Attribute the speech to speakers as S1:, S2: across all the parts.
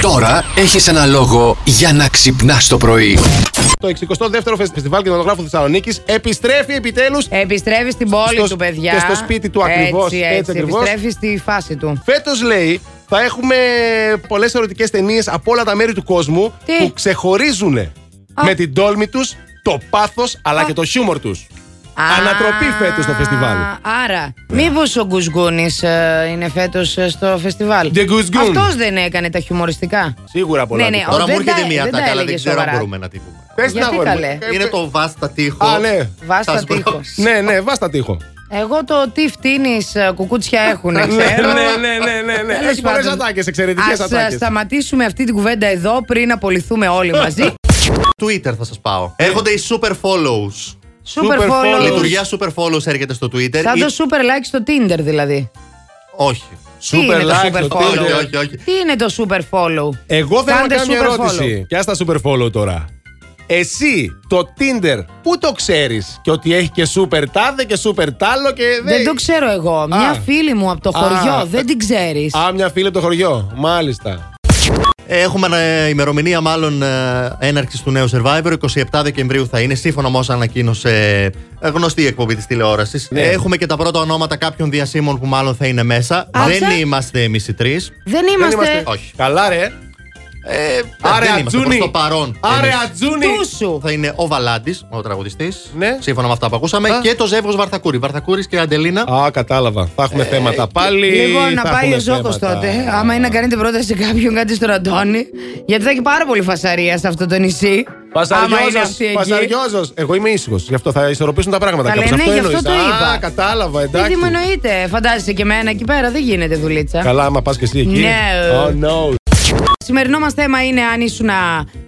S1: Τώρα έχεις ένα λόγο για να ξυπνάς το πρωί.
S2: Το 62ο Φεστιβάλ Κινηματογράφου Θεσσαλονίκης επιστρέφει επιτέλους.
S3: Επιστρέφει στην πόλη
S2: Στο-
S3: του, παιδιά.
S2: και στο σπίτι του ακριβώς,
S3: Έτσι,
S2: έτσι
S3: έτσι.
S2: ακριβώς.
S3: Επιστρέφει στη φάση του.
S2: Φέτος λέει θα έχουμε πολλές ερωτικές ταινίες από όλα τα μέρη του κόσμου
S3: Τι?
S2: που ξεχωρίζουν με την τόλμη τους, το πάθος αλλά
S3: Α.
S2: και το χιούμορ τους.
S3: Α,
S2: Ανατροπή φέτος στο φεστιβάλ.
S3: Άρα, μήπως ο Γκουσγούνη είναι φέτος ε, στο φεστιβάλ.
S2: The Γκουσγούν.
S3: Αυτός δεν έκανε τα χιουμοριστικά.
S2: Σίγουρα πολλά.
S3: Ναι, ναι,
S2: του.
S3: ο-
S4: Τώρα μου
S3: δεν
S4: έρχεται
S3: τα-
S4: μία
S3: δεν
S4: τα
S3: τα
S4: καλά, δεν
S3: έλεγε
S4: ξέρω αν
S3: σοβαρά.
S4: μπορούμε να τη πούμε.
S2: Πες την
S3: γιατί
S2: αγόρι μου.
S3: καλέ.
S2: Ε,
S4: Είναι
S2: πε-
S4: το βάστα τείχο.
S2: Α, ναι.
S3: Βάστα
S4: Σας
S3: τείχος.
S4: μπρο-
S2: Ναι, ναι, βάστα τείχο.
S3: Εγώ το τι φτύνεις κουκούτσια έχουν,
S2: Ναι,
S3: ξέρω.
S2: ναι, ναι, ναι, ναι, ναι.
S3: Τέλος
S2: Έχει πολλές
S3: πάντων.
S2: ατάκες, εξαιρετικές
S3: Ας ε,
S2: ατάκες.
S3: σταματήσουμε αυτή την κουβέντα εδώ πριν απολυθούμε όλοι μαζί.
S4: Twitter θα σας πάω. Έρχονται οι super follows.
S3: Super
S2: Super follows.
S3: follow.
S4: Λειτουργία super follows έρχεται στο Twitter.
S3: Σαν
S4: Ή-
S3: το super like στο Tinder δηλαδή.
S4: Όχι.
S3: είναι το
S2: like
S3: super
S2: στο
S3: follow?
S4: Όχι,
S2: Twitter.
S4: όχι, όχι.
S3: Τι είναι το super follow.
S2: Εγώ θέλω να
S3: Κάντε
S2: κάνω μια
S3: super
S2: ερώτηση. Κι ας τα super follow τώρα. Εσύ το Tinder, πού το ξέρεις και ότι έχει και super τάδε και super τάλο και.
S3: Δεν το ξέρω εγώ. Μια φίλη μου από το
S2: Α.
S3: χωριό. Δεν την ξέρεις.
S2: Α, μια φίλη από το χωριό. Μάλιστα.
S4: Έχουμε ε, ημερομηνία μάλλον ε, έναρξης του νέου Survivor. 27 Δεκεμβρίου θα είναι, σύμφωνα με όσα ανακοίνωσε ε, γνωστή εκπομπή της τηλεόρασης.
S2: Ναι.
S4: Έχουμε και τα πρώτα ονόματα κάποιων διασύμων που μάλλον θα είναι μέσα.
S3: Άτσα.
S4: Δεν είμαστε εμείς οι τρεις.
S3: Δεν είμαστε.
S4: Όχι.
S2: Καλά, ρε.
S4: Ε,
S2: Άρε
S4: δεν είμαστε προς
S2: Ατζούνι.
S4: το παρόν.
S2: Άρε
S4: εμείς.
S2: Ατζούνι.
S3: Του σου.
S4: Θα είναι ο Βαλάντης, ο τραγουδιστής.
S2: Ναι.
S4: Σύμφωνα με αυτά που ακούσαμε.
S2: Α.
S4: Και το ζεύγος Βαρθακούρη. Βαρθακούρης και Αντελίνα.
S2: Α, κατάλαβα. Θα
S4: Ε,
S2: έχουμε θέματα πάλι.
S3: Λοιπόν, να
S2: θα
S3: πάει
S2: έχουμε
S3: ο Ζώκος
S2: θέματα.
S3: τότε. ε, Άμα είναι να κάνετε πρόταση σε κάποιον κάτι στον Αντώνη. Γιατί θα έχει πάρα πολύ φασαρία σε αυτό το νησί. Άμα είναι
S2: Πασαριόζος,
S3: αυτή εκεί.
S2: Πασαριόζος. Εγώ είμαι ήσυχος. Γι' αυτό θα ισορροπήσουν τα πράγματα.
S3: Τα
S2: κάπως.
S3: λένε,
S2: αυτό
S3: ναι, γι' αυτό
S2: εννοείς.
S3: το
S2: Α,
S3: είπα.
S2: κατάλαβα,
S3: Τι
S2: εντάξει.
S3: μου εννοείτε. Φαντάζεσαι και εμένα εκεί πέρα. Δεν γίνεται δουλίτσα.
S2: Καλά, άμα πας και εσύ εκεί.
S3: Ναι.
S2: Oh, no.
S3: Σημερινό μας θέμα είναι αν ήσουν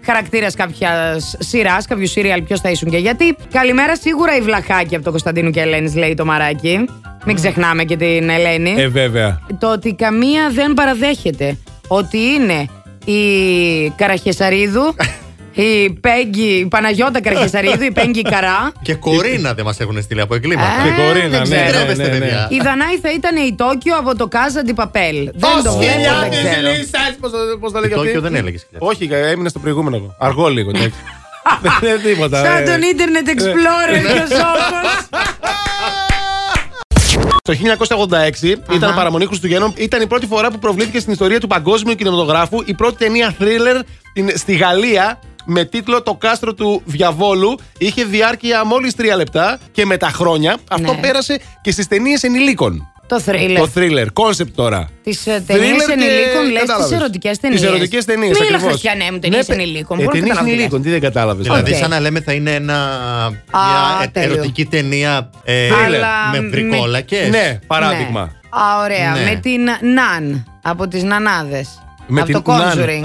S3: χαρακτήρας κάποιας σειράς, κάποιου σύριαλ, ποιος θα ήσουν και γιατί. Καλημέρα, σίγουρα η Βλαχάκη από το Κωνσταντίνου και Ελένης, λέει το μαράκι. Μην ξεχνάμε και την Ελένη.
S2: Mm. Ε, βέβαια.
S3: Το ότι καμία δεν παραδέχεται ότι είναι η Καραχεσαρίδου, η Πέγγι, η Παναγιώτα Καραχεσαρίδου, η Πέγγι Καρά.
S4: Και Κορίνα δεν μας έχουν στείλει από
S3: Α,
S4: εγκλήματα.
S2: Και Κορίνα,
S3: δεν
S2: ναι,
S3: ξέρω.
S2: ναι, ναι,
S4: Τρέπεστε,
S2: ναι.
S4: παιδιά.
S3: Η Δανάη θα ήταν η Τόκιο από το Κάζα Ντιπαπέλ. Δεν το
S2: Πώς
S3: βλέπω,
S2: χιλιάδες
S3: δεν ξέρω.
S2: λύσεις, πώς το- Πώς τα λέγε
S4: Η
S2: αυτή.
S4: Τόκιο δεν έλεγε χιλιάδες.
S2: Όχι, έμεινα στο προηγούμενο εγώ. Αργό λίγο, εντάξει. Δεν είναι τίποτα.
S3: Σαν
S2: ε.
S3: τον Internet Explorer και ο Ζώκος.
S2: Το 1986 ήταν παραμονή Χριστουγέννων. Ήταν η πρώτη φορά που προβλήθηκε στην ιστορία του παγκόσμιου κινηματογράφου η πρώτη ταινία thriller στην- στη Γαλλία με τίτλο Το κάστρο του Διαβόλου. Είχε διάρκεια μόλις τρία λεπτά και με τα χρόνια αυτό
S3: Ναι.
S2: πέρασε και στις ταινίες ενηλίκων.
S3: Το thriller.
S2: Το thriller, κόνσεπτ τώρα.
S3: Τις, ε, ταινίες
S2: Thriller και-
S3: ενηλίκων, λες, τις
S2: κατάλαβες.
S3: ερωτικές ταινίες.
S2: Τις ερωτικές ταινίες,
S3: Μη
S2: ακριβώς.
S3: λαχταριανέ μου, ταινίες
S2: Ναι,
S3: ενηλίκων.
S2: Ε,
S3: Μπορώ να
S2: ταινίες
S3: καταλάβω τι λες.
S2: ενηλίκων, τι δεν κατάλαβες.
S4: Δηλαδή,
S3: Οκ.
S4: σαν να λέμε θα είναι ένα, μια ε-
S3: τέλειο.
S4: ερωτική ταινία ε,
S3: Αλλά
S4: με
S3: με-
S4: βρικόλακες.
S2: Ναι, παράδειγμα.
S3: Ναι. Α, ωραία.
S4: Ναι.
S3: Με την Ναν από τις Νανάδες. από το Conjuring.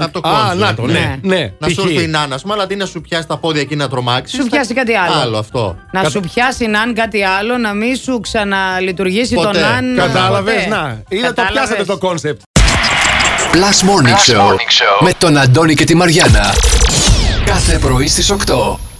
S2: Nan.
S4: Από το
S2: Α,
S4: Conjuring,
S2: να το, ναι.
S3: ναι.
S2: ναι.
S4: Να σου
S2: π.χ.
S4: έρθει η νάνα σου, αλλά αντί να σου πιάσει τα πόδια εκεί να τρομάξεις.
S3: Σου πιάσει κάτι άλλο.
S4: Άλλο αυτό.
S3: Να
S2: Κατα-
S3: σου πιάσει Ναν κάτι άλλο, να μη σου ξαναλειτουργήσει
S4: Ποτέ.
S3: το Ναν.
S2: Κατάλαβες,
S3: ποτέ.
S2: να. Είδα το
S3: Κατάλαβες.
S2: πιάσατε το κόνσεπτ.
S1: Plus Morning, Show, με τον Αντώνη και τη Μαριάνα. Κάθε πρωί στις 8.